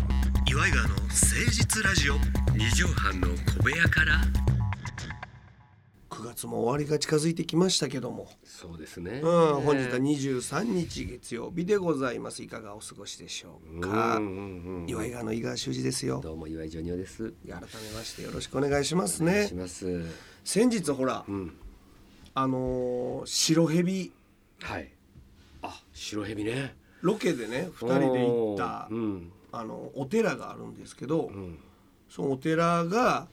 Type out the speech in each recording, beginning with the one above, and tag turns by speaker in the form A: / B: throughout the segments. A: イガーの誠実ラジオ二畳半の小部屋から
B: 9月も終わりが近づいてきましたけども、
A: そうですね、
B: うん、本日は23日月曜日でございますいかがお過ごしでしょうか、
A: うんうんうん
B: 岩井川の井川修司ですよ
A: どうも岩井ジョニオです
B: 改めましてよろしくお願いします
A: お願い
B: ね
A: します
B: 先日ほら、
A: ん
B: あのー白ヘビ
A: はいあ白蛇ね
B: ロケでね2人で行った、
A: うん
B: あのお寺があるんですけど、
A: うん
B: そのお寺が、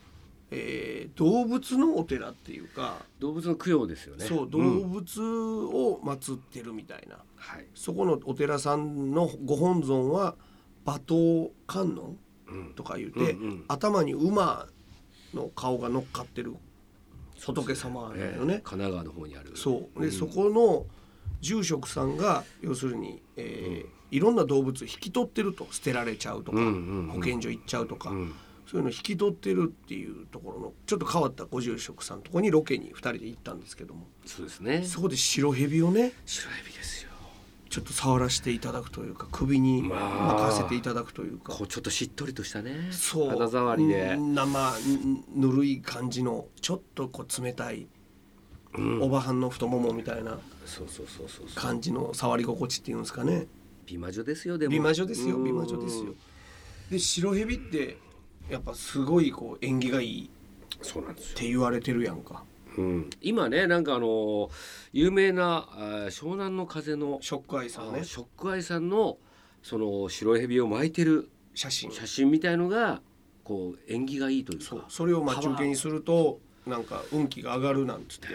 B: えー動物のお寺っていうか、
A: 動物の供養ですよね
B: そう動
A: ん
B: 物を祀ってるみたいな、
A: はい
B: そこのお寺さんのご本尊は馬頭観音
A: うん
B: とか言って、
A: うんうん
B: 頭に馬の顔が乗っかってる仏様なのよ
A: ええ
B: ね
A: 神。奈川の方にある
B: そうで、そこの住職さんが要するに、えーいろんな動物引き取ってると捨てられちゃうとか、
A: うんうんうん
B: 保健所行っちゃうとか、
A: ん
B: そういうの引き取ってるっていうところのちょっと変わったご住職さんのとこにロケに2人で行ったんですけども
A: そうですね
B: そこで白蛇をね
A: 白蛇ですよ
B: ちょっと触らせていただくというか首に
A: まあ
B: 巻かせていただくというか、
A: こうちょっとしっとりとしたね
B: そう
A: 肌触りで
B: うん生ぬるい感じのちょっとこう冷たい、おばはんの太ももみたいな
A: そうそうそうそうそう
B: 感じの触り心地っていうんですかね。
A: 美魔女ですよでも
B: 美魔女ですよ
A: うん
B: 美魔女ですよで白蛇ってやっぱすごいこう縁起がいい
A: そうなんですよ
B: って言われてるやんか
A: うん、今ねなんかあのー有名なあー湘南の風の
B: ショックアイ
A: あ
B: さん
A: の
B: ね
A: ショックアイさんのその白い蛇を巻いてる
B: 写真
A: 写真みたいのがこう縁起がいいという
B: そう
A: か
B: それを待ち受けにするとなんか運気が上がるなんつって
A: ね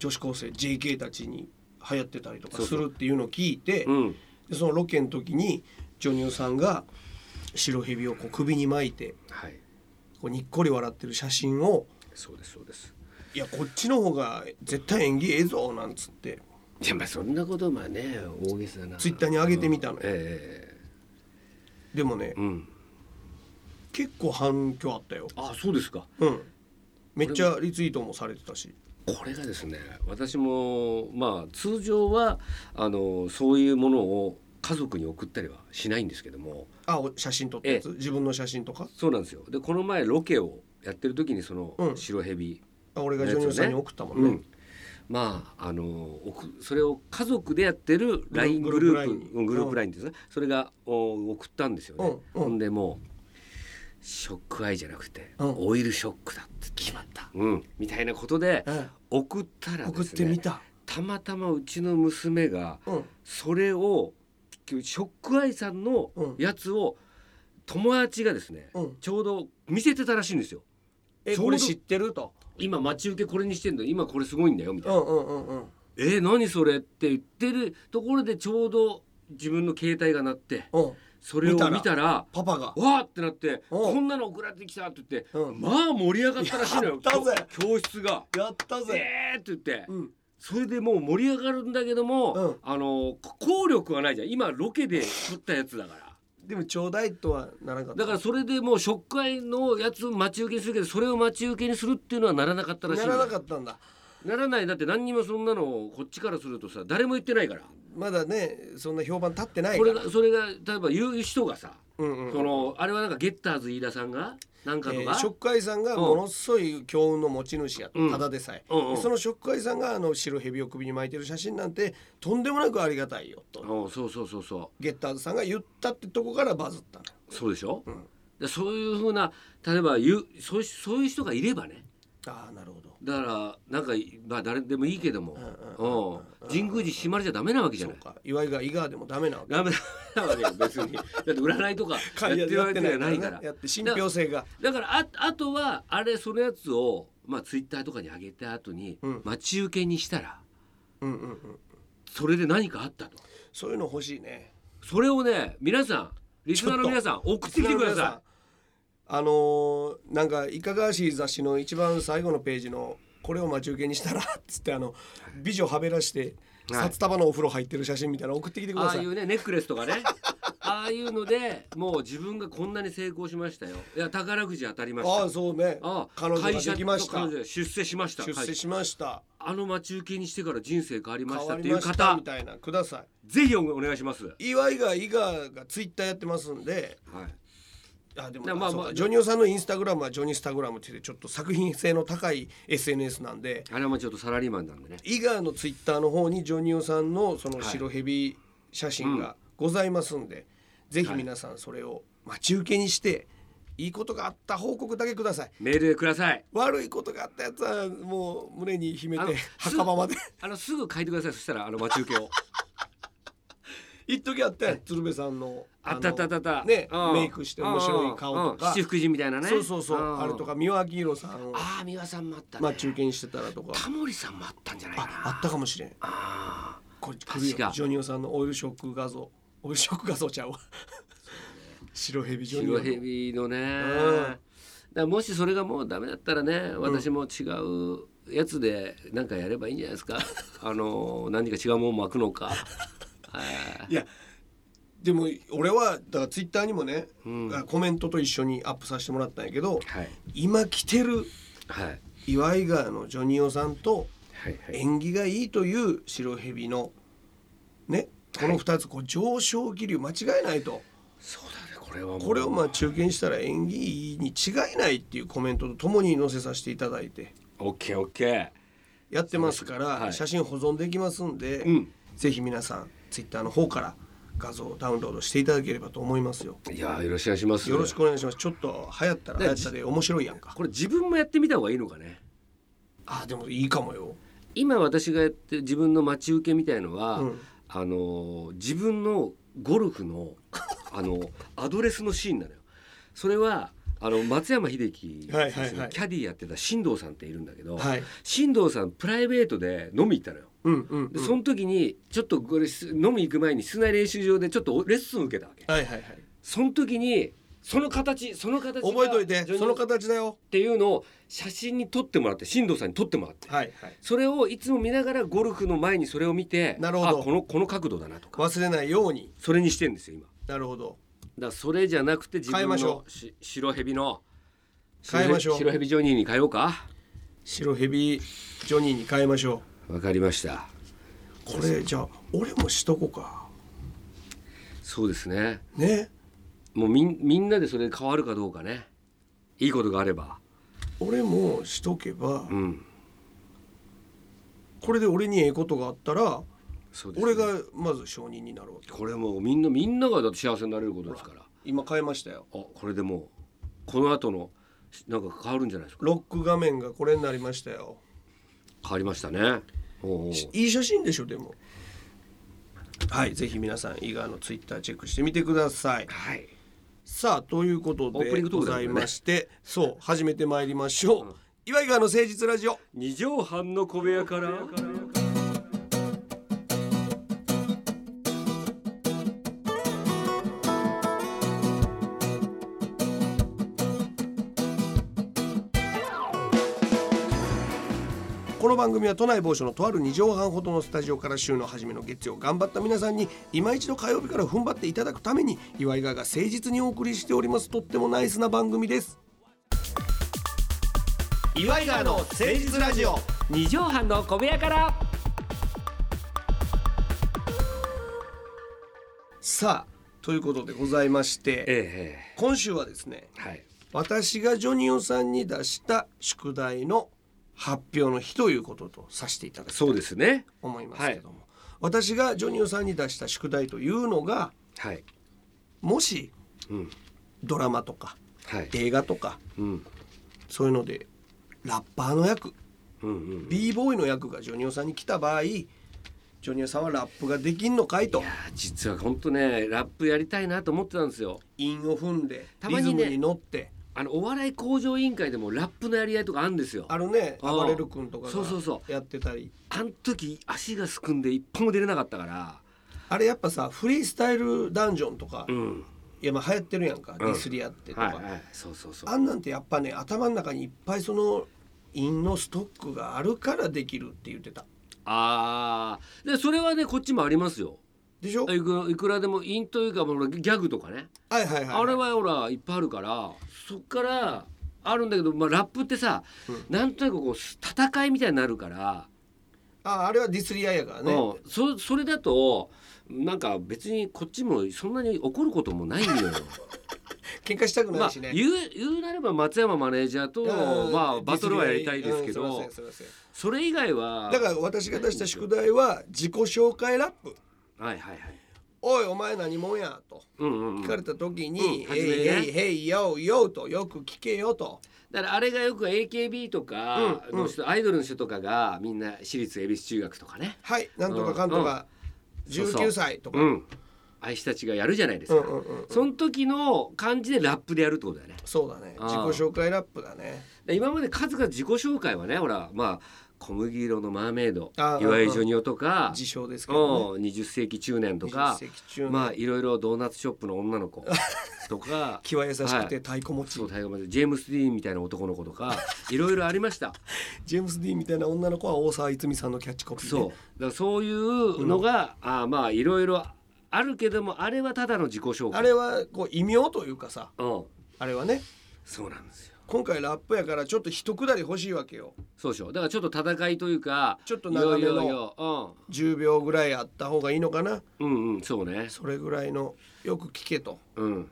B: 女子高生 JK たちに流行ってたりとかするっていうのを聞いて
A: うん
B: でそのロケの時にジョニオさんが白蛇をこう首に巻いて
A: はい
B: こうにっこり笑ってる写真を
A: そうですそうです
B: 「いやこっちの方が絶対縁起ええぞ」なんつって
A: いやまあそんなことまあね大げさな
B: ツイッターに上げてみたの
A: うんえ
B: でもね
A: えうん
B: 結構反響あったよ
A: あそうですか
B: うんめっちゃリツイートもされてたし
A: これがですね私もまあ通常はあのそういうものを家族に送ったりはしないんですけども
B: あお写真撮ったやつ自分の写真とか
A: そうなんですよでこの前ロケをやってる時にその
B: うん
A: 白蛇、ビ
B: あ俺がジョニオさんに送ったもん
A: う
B: ね
A: ん、まああのおくそれを家族でやってる LINE グ
B: グルー
A: ル
B: プ
A: ープ
B: LINE に
A: うんグループ LINE ですね、それがお送ったんですよね、
B: うんうん
A: ほんでもうショックアイじゃなくて、
B: うん
A: オイルショックだって決まった、うん、みたいなことで
B: え
A: 送った
B: え
A: ら
B: 送
A: で
B: っ
A: す
B: てみ
A: ね
B: た
A: たまたまうちの娘が
B: うん
A: それをショックアイさんのやつを友達がですね、
B: うん
A: ちょうど見せてたらしいんですよ
B: え
A: ちょうど
B: これ知ってると
A: 今待ち受けこれにしてんの今これすごいんだよみた
B: う
A: いな、
B: んうんうんうん
A: えー何それって言ってるところでちょうど自分の携帯が鳴って
B: うん
A: それを見たら
B: 見たパパが
A: わーってなって
B: うん
A: こんなの送られてきたって言って、
B: うん
A: まあ盛り上がったらしいのよ
B: やったぜ
A: 教教室が。
B: やったぜ
A: えーって言って、
B: うん
A: それでもう盛り上がるんだけども、
B: うん
A: あのこ効力はないじゃん今ロケで撮ったやつだから。
B: でもちょうだいとはならなかった
A: だからそれでもうショックアイのやつを待ち受けにするけどそれを待ち受けにするっていうのはならなかったらしい
B: なん
A: だ
B: ら
A: よ
B: なかったんだ
A: ならないだって何にもそんなのをこっちからするとさ誰も言ってないから
B: まだねそんな評判立ってない
A: こ
B: か
A: れ
B: ら
A: がそれが例えば言う人がさ、
B: うんうん
A: そのあれはなんかゲッターズ飯田さんがなんかと
B: え
A: か、
B: ー、ショックアイさんがものすごい強運の持ち主やと、
A: うん
B: ただでさえ、
A: うんうん
B: そのショックアイさんがあの白蛇を首に巻いてる写真なんてとんでもなくありがたいよと
A: うんそうそうそうそ
B: ゲッターズさんが言ったってとこからバズったの
A: うそうでしょ、
B: ん
A: でそういうふうな例えば言うそうそういう人がいればね
B: ああなるほど
A: だからなんかまあ誰でもいいけども、
B: んうん
A: うん神宮寺閉まれちゃダメなわけじゃ
B: そう
A: ない
B: か岩井が伊賀でもダメなわけ
A: ダメなわけよ別にだって占いとかやってるわ けじゃないから
B: やって信憑性が
A: だからああとはあれそのやつをまあツイッターとかに上げた後に
B: うん
A: 待ち受けにしたら
B: うんうんうん
A: それで何かあったと
B: そういうの欲しいね
A: それをね皆さんリスナーの皆さん送ってきてくださ
B: あのーなんかいかがわしい雑誌の一番最後のページのこれを待ち受けにしたらっつってあの美女はべらして
A: はい
B: 札束のお風呂入ってる写真みたいなの送ってきて
A: い
B: くだ
A: ああ
B: さい、
A: いうねネックレスとかね ああいうのでもう自分がこんなに成功しましたよいや宝くじ当たりました
B: ああそうね
A: ああ
B: 彼女が
A: 会社
B: できました
A: 彼女が出世しました
B: 出世
A: 会社
B: しました
A: あの待ち受けにしてから人生変わりま
B: 変
A: した
B: わ
A: って
B: り
A: いう
B: ました
A: 方
B: みたいなくださ
A: ぜひお願いしますはい
B: 岩井が伊賀がツイッターやってますんで
A: い
B: あでも
A: だからまあ
B: あそうか
A: まあ
B: ジョニオさんのインスタグラムはジョニスタグラムって言ってちょっと作品性の高い SNS なんで
A: あれはまあちょっとサラリーマンなんでね
B: 伊賀のツイッターの方にジョニオさんのその白ヘビ写真がございますんで、ぜひ皆さんそれを待ち受けにしていいことがあった報告だけください
A: メールでください
B: 悪いことがあったやつはもう胸に秘め
A: あ
B: て
A: の
B: 墓場まで
A: あのすぐ書いてくださいそしたらあの待ち受けを
B: 一時あったやん 鶴瓶さんの
A: あったあったあったあった
B: のね
A: うん
B: メイクして面白い顔と
A: うん
B: か
A: 七福神みたいなね
B: そうそうそうんあれとか三輪明宏さんを
A: ああ美輪さんもあったね、
B: 待ち受けにしてたらとか
A: タモリさんもあったんじゃないか
B: あ
A: な
B: あったかもしれん
A: あ
B: これ来るよ
A: 確か
B: ジョニオさんのオイルショック画像オイルショック画像ちゃうわ 白蛇ジョニオ
A: 白
B: の
A: ヘビのね、
B: ん
A: だからもしそれがもうダメだったらね私も違うやつでなんかやればいいんじゃないです かあの何か違うもん巻くのかはい
B: いやでも俺はだからツイッターにもね、あコメントと一緒にアップさせてもらったんやけど
A: はい
B: 今着てる
A: はい
B: 岩井川のジョニオさんと
A: はいはい
B: 縁起がいいという白蛇のねこの2つこう上昇気流間違いないと
A: そうだねこれはもう
B: これをまあ中堅したら縁起いいに違いないっていうコメントとともに載せさせていただいて
A: オッケーオッケ
B: やってますか
A: は
B: ら
A: い
B: 写真保存できますんで、
A: うん
B: ぜひ皆さんツイッターの方から画像をダウンロードしていただければと思いますよ。
A: ーいやーよろしくお願いします
B: よろしくお願いします。ちょっと流行ったら
A: ね
B: 流行ったで面白いやんか。
A: これ自分もやってみた方がいいのかね
B: あでもいいかもよ。
A: 今私がやってる自分の待ち受けみたいのは、
B: うん
A: あの自分のゴルフの あのアドレスのシーンなのよ。それはあの松山英樹選手の
B: はいはいはい
A: キャディーやってた新藤さんっているんだけど、
B: はい。
A: 新藤さんプライベートで飲み行ったのよ。
B: うんうん、うん
A: でその時にちょっとこれす飲み行く前に室内練習場でちょっとレッスン受けたわけ。
B: はいはいはい。
A: その時にその形その形が
B: 覚えといて
A: ジョニー
B: その形だよ。
A: っていうのを写真に撮ってもらって新藤さんに撮ってもらって。
B: はいはい。
A: それをいつも見ながらゴルフの前にそれを見て
B: なるほど
A: あこのこの角度だなとか
B: 忘れないように。
A: それにしてんですよ今だか
B: なるほど。
A: らそれじゃなくて自
B: 変え
A: 分
B: ましょ
A: のし白蛇の
B: 変えましょう
A: 白蛇ジョニーに変えようか
B: 白ヘビジョニーに変えましょ
A: わかりました
B: う。これじゃあ俺もしとこか。
A: そうですね
B: ね。
A: もうみんみんなでそれ変わるかどうかねいいことがあれば
B: 俺もしとけば、
A: うん
B: これで俺にええことがあったら、
A: そうですね
B: 俺がまず承認になろうと。
A: これもうみんなみんながだって幸せになれることですからあ
B: 今変えましたよ。
A: これでもうこの後のなんか変わるんじゃないですか
B: ロック画面がこれになりましたよ。
A: 変わりましたねおうおう
B: いい写真でしょでもはいぜひ皆さん伊賀のツイッターチェックしてみてください
A: はい
B: さあということ
A: オープニ
B: で
A: ングトー
B: ご
A: クだも
B: ざ
A: んね
B: いましてそう始めてまいりましょう岩井川の誠実ラジオ
A: 二畳半の小部屋から。
B: この番組は都内某所のとある2畳半ほどのスタジオから週の初めの月曜頑張った皆さんに今一度火曜日から踏ん張っていただくために岩井川が誠実にお送りしておりますとってもナイスな番組です岩井川の誠実ラジオ
A: 二畳半の小部屋から。
B: さあということでございまして
A: ええ
B: 今週はですね
A: はい。
B: 私がジョニオさんに出した宿題の発表の日ということとさせていただきたい
A: そうですね。
B: と思いますけども、私がジョニオさんに出した宿題というのが
A: はい。
B: もし
A: うん。
B: ドラマとか
A: はい。
B: 映画とか
A: うん。
B: そういうのでラッパーの役
A: うんうん。
B: b ボーイの役がジョニオさんに来た場合ジョニオさんはラップができんのかいと
A: いやー、実は本当ね、ラップやりたいなと思ってたんですよ。
B: 韻を踏んで
A: たま
B: リズ
A: にね
B: ムに乗って
A: あのお笑い向上委員会でもラップのやり合いとかあるんですよ。
B: あるね
A: あー
B: 暴れる君とか
A: そうそうそ
B: がやってたり
A: あん時足がすくんで一歩も出れなかったから。
B: あれやっぱさフリースタイルダンジョンとか
A: うん。
B: いやまあ流行ってるやんか、
A: うん
B: ディスり合ってとか、
A: はいはい。そうそうそう。
B: あんなんてやっぱね頭の中にいっぱいその韻のストックがあるからできるって言ってた
A: ああ。でそれはねこっちもありますよ。
B: でしょ、はい、
A: いくいくらでもインというかもうギャグとかね。
B: はいはいはい
A: あれはほらいっぱいあるからそっからあるんだけど、まあ、ラップってさ、なんとなくこうす戦いみたいになるから、
B: ああれはディスり合いやからね、
A: うん、そそれだとなんか別にこっちもそんなに怒ることもないんだよ
B: 喧嘩したく
A: ま
B: な
A: あ
B: いしね、
A: 言う言うなれば松山マネージャーと
B: うん
A: まあバトルはやりたいですけ
B: うんすい
A: ど
B: ませんすいません
A: それ以外は
B: だから私が出した宿題は自己紹介ラップ
A: はいはいはい
B: 「おいお前何者や?」と
A: うんうんうん
B: 聞かれた時に
A: うん
B: 「
A: 初
B: へ
A: め
B: い
A: にね
B: へいへいようよう」と「よく聞けよ」と
A: だからあれがよく AKB とか
B: うんうん
A: の人、アイドルの人とかがみんな私立恵比寿中学とかね
B: 「はいなんとかかんとか
A: うんうんそうそう
B: 19歳」とか。
A: うん愛したちがやるじゃないですか、
B: うんうんうんうん
A: その時の感じでラップでやるってことだよね
B: そうだね
A: あ
B: 自己
A: ー
B: 紹介ラップだね
A: で今まで数々自己紹介はねほらまあ小麦色のマーメイド
B: あー
A: 岩井ジョニオとか、
B: 自称ですけどね
A: うん20世紀中年とか
B: 20世紀中年
A: まあいろいろドーナツショップの女の子と か
B: 気は優しく
A: は
B: て
A: い
B: 太鼓持ち、
A: そう大河までジェームス・ディーンみたいな男の子と かいろいろありました
B: ジェームス・ディーンみたいな女の子は大沢いつみさんのキャッチコピー、ね、
A: そうだからそういうのが、あーまあいろいろあるけどもあれはただの自己紹介
B: あれはこう異名というかさ
A: うん、
B: あれはね
A: そうなんですよ
B: 今回ラップやからちょっと一くだり欲しいわけよ
A: そうでしょだからちょっと戦いというか
B: ちょっと長めの
A: いよいよいよ
B: 10秒ぐらいあった方がいいのかな
A: うん、うんうんそうね
B: それぐらいのよく聞けと
A: うん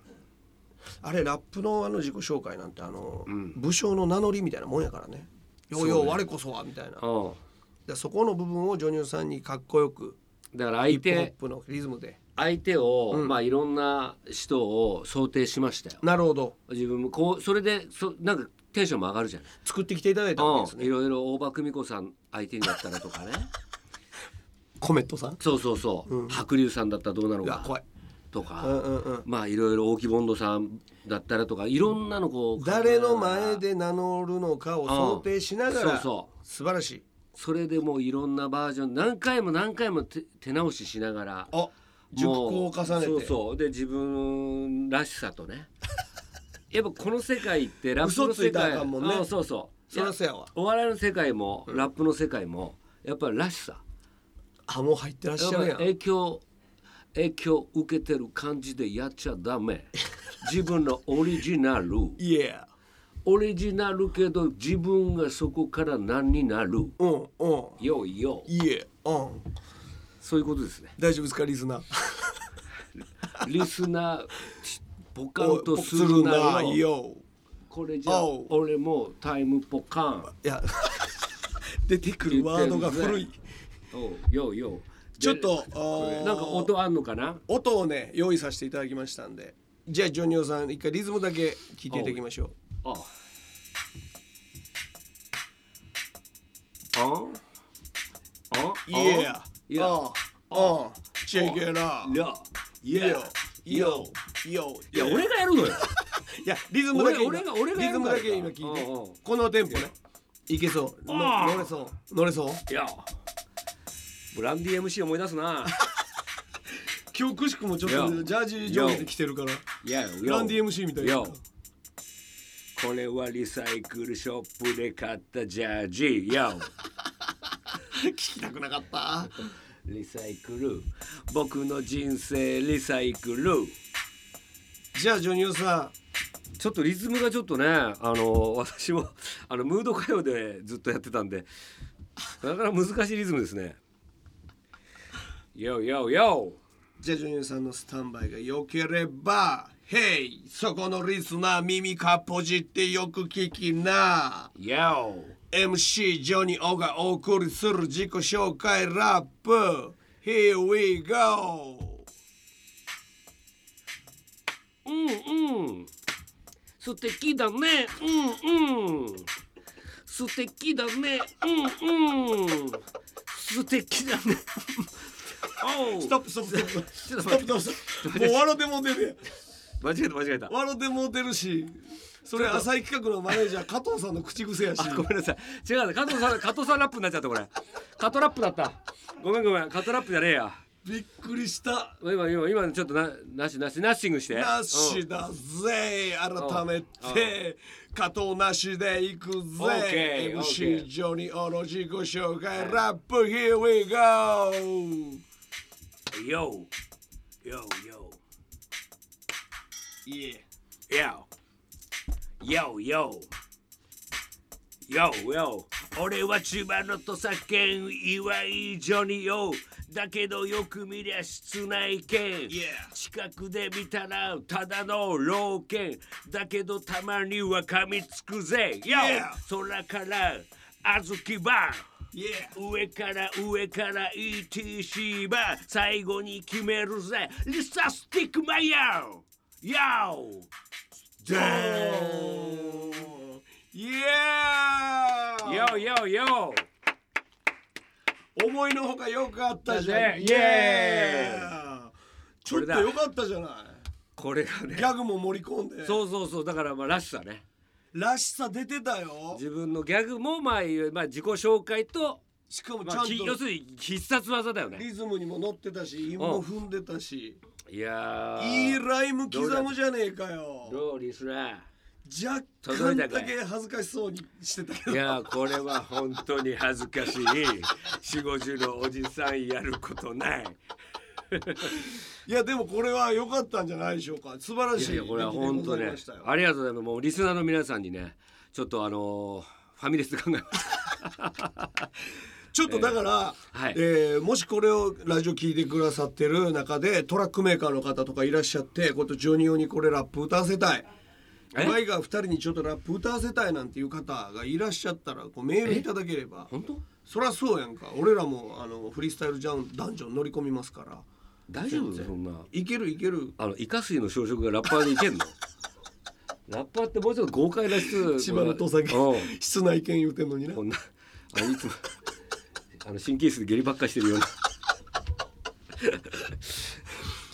B: あれラップのあの自己紹介なんてあの、
A: うん
B: 武将の名乗りみたいなもんやからねよう
A: そ
B: よ
A: う
B: う
A: ね
B: 我こそはみたいな
A: うん
B: でそこの部分をジョニオさんにかっこよく
A: だから
B: ヒッ
A: 相
B: プホッ
A: 手
B: プのリズムで
A: 相手を、
B: うん
A: まあいろんな人を想定しましたよ
B: なるほど
A: 自分もこうそれでそなんかテンションも上がるじゃん
B: 作ってきていただいたわけです
A: うん、い
B: ね
A: ろいろ大場久美子さん相手になったらとかね
B: コメットさん
A: そうそうそう、
B: うん
A: 白龍さんだったらどうなの
B: うわ
A: か
B: 怖い
A: と
B: う
A: か、
B: んうんうん
A: まあいろいろ大木ボンドさんだったらとかいろんなのこう
B: 誰の前で名乗るのかを想定しなが
A: そう
B: ら
A: そ
B: 素晴らしいう
A: それでもういろんなバージョン何回も何回も手手直ししながら
B: あ熟考を重ねて
A: もうそうそうで自分らしさと ねやっぱこの世界ってラップの世
B: 嘘ついたら
A: 界
B: あかんもんね
A: あそうそう
B: そりゃそうやわ
A: お笑いの世界もラップの世界もやっぱりらしさ、
B: あもう入ってらっしゃるやん
A: 影響影響受けてる感じでやっちゃダメ 自分のオリジナル
B: いや
A: オリジナルけど自分がそこから何になる
B: うんうん
A: よいよ
B: いやうん
A: そういうことですね
B: 大丈夫ですかリスナー
A: リスナー ポカ
B: お
A: ン
B: い
A: と
B: 僕
A: するなよ
B: よ
A: これじゃ
B: おう
A: 俺もタイムポカン
B: いや 出てくるワードが古い
A: おうよいよ
B: ちょっと
A: で
B: あー
A: なんか音あんのかな
B: 音をね用意させていただきましたんでじゃあジョニオさん一回リズムだけ聞いていただきましょう
A: あああ
B: いや
A: いや
B: ああチェケラ
A: いやい
B: いや
A: や
B: よ
A: いや
B: いや
A: いや俺がやる のよ
B: いやリズムだけ今
A: 俺俺が俺が
B: リ
A: や
B: ズ
A: る
B: ム
A: から
B: だけ今聞いて
A: うんうん
B: このテンポねいけそうの
A: あー
B: 乗れそう乗れそう
A: いやブランディ MC 思い出す な
B: 今日くしくもちょっ
A: い
B: と
A: や
B: ジャージ上下で来てるから
A: いやブ
B: ブランディ MC みたいな
A: これはリサイクルショップで買ったジャージよ
B: 聞きたくなかった
A: リサイクル僕の人生リサイクル
B: じゃあジョニオさ
A: ちょっとリズムがちょっとねあの私も あのムード歌謡でずっとやってたんでなかなか難しいリズムですね。よよよ
B: んじゃあジョニオさんのスタンバイが良ければ「ヘイそこのリスナー耳かっぽじってよく聞きな」
A: よ
B: MC ジョニオがお送りする自己紹介ラップ Here we go
A: うんうん素敵だねうんうん素敵だねうんうん素敵だね おう
B: ストップストップ ス
A: ち
B: ト
A: ょ
B: ッ
A: っ
B: プ
A: と
B: ストップストップスト
A: 待っ
B: ップもう笑ってもうてる
A: 間違えた間違えた
B: やん笑ってもうてるしそれ浅井企画のマネージャー加藤さんの口癖やし
A: あ ごめんなさい違うな加藤さん加藤さんラップになっちゃったこれカトラップだったごめんごめんカトラップじゃねえや
B: びっくりした
A: 今今今ちょっとななしなしナッシングして
B: なしだぜ改めて加藤なしでいくぜ
A: OK
B: MC
A: OK
B: ジョニオの自己紹介ラップ Here we go
A: うん Yo Yo Yo
B: Yeah
A: Yo Yo Yo Yo Yo 俺は千葉の土佐県岩井ジョニオだけどよく見りゃ室内犬
B: Yeah
A: 近くで見たらただの老犬だけどたまには噛みつくぜ Yo
B: Yeah
A: 空から小豆バー
B: Yeah.
A: 上から上から ETC バー最後に決めるぜリサスティックマイヤーヤオ
B: Damn. Yeah.
A: ヨーヨーヨー
B: 思いのほかよかったじゃん。
A: だね
B: Yeah. ちょ
A: れ
B: っと
A: だ
B: よかったじゃない。
A: これがね
B: ギャグも盛り込んで。
A: そうそうそうだからまあらしさね
B: らしさ出てたよ。
A: 自分のギャグもまあいうまあ自己紹介と、
B: しかもち
A: ま
B: ゃ
A: あ、
B: ん
A: き要す
B: と
A: るに必殺技だよね
B: リズムにも乗ってたし、韻も踏んでたし、
A: いやー
B: いいライム刻むじゃねえかよ。
A: どうリスナ
B: 若干だけ恥ずかしそうにしてたけ
A: ーい
B: ど。
A: やーこれは本当に恥ずかしい四五十のおじさんやることない
B: いやでもこれは良かったんじゃないでしょうか。素晴ら
A: い
B: し
A: や
B: い
A: いやこれは本当
B: 出来でござい
A: ね
B: ましたよ
A: ありがとうございますもうリスナーの皆さんにねちょっとあのーファミレスで考えます
B: ちょっとだから、え
A: はい
B: ーもしこれをラジオ聞いてくださってる中でトラックメーカーの方とかいらっしゃってこうやってジョニオにこれラップ歌わせたい
A: え
B: マイが2人にちょっとラップ歌わせたいなんていう方がいらっしゃったらこうメールいただければ
A: 本当
B: そりゃそうやんか俺らもあのフリースタイルジャンダンジョン乗り込みますから
A: 大丈夫そんない
B: けるいける
A: あのイカ水の小食がラッパーでい けんのラッパーってもうちょっと豪快な人
B: 千葉の土佐
A: うん
B: 室内犬言うてんのにな
A: こんなあのいつもあの神経質で下痢ばっかしてるようない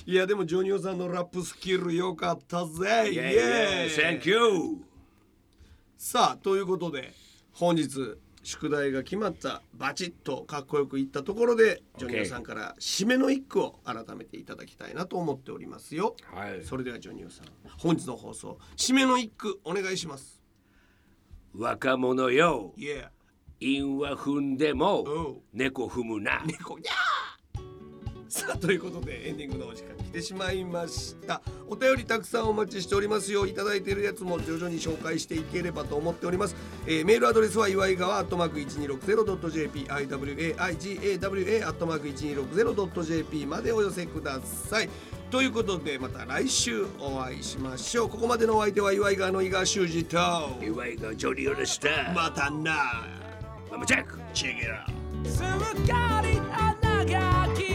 B: やでもジョニオさんのラップスキル良かったぜイエーイ
A: Thank you
B: さあということで本日宿題が決まったバチッとかっこよくいったところでジョニオさんから締めの一句を改めていただきたいなと思っておりますよ、
A: はい
B: それではジョニオさん本日の放送締めの一句お願いします
A: 若者よ
B: イエ
A: 韻は踏んで
B: おう
A: も猫踏むな
B: ー猫にゃーさあということでエンディングのお時間来てしまいましたお便りたくさんお待ちしておりますよいただいているやつも徐々に紹介していければと思っております、えーメールアドレスは祝いがわ 1260.jp iwaigawa 1260.jp までお寄せくださいということでまた来週お会いしましょうここまでのお相手は祝いがわの井川修司と
A: 祝いがジョリオでした
B: またな
A: ママチェック
B: チェゲラ
C: すっかり花が消え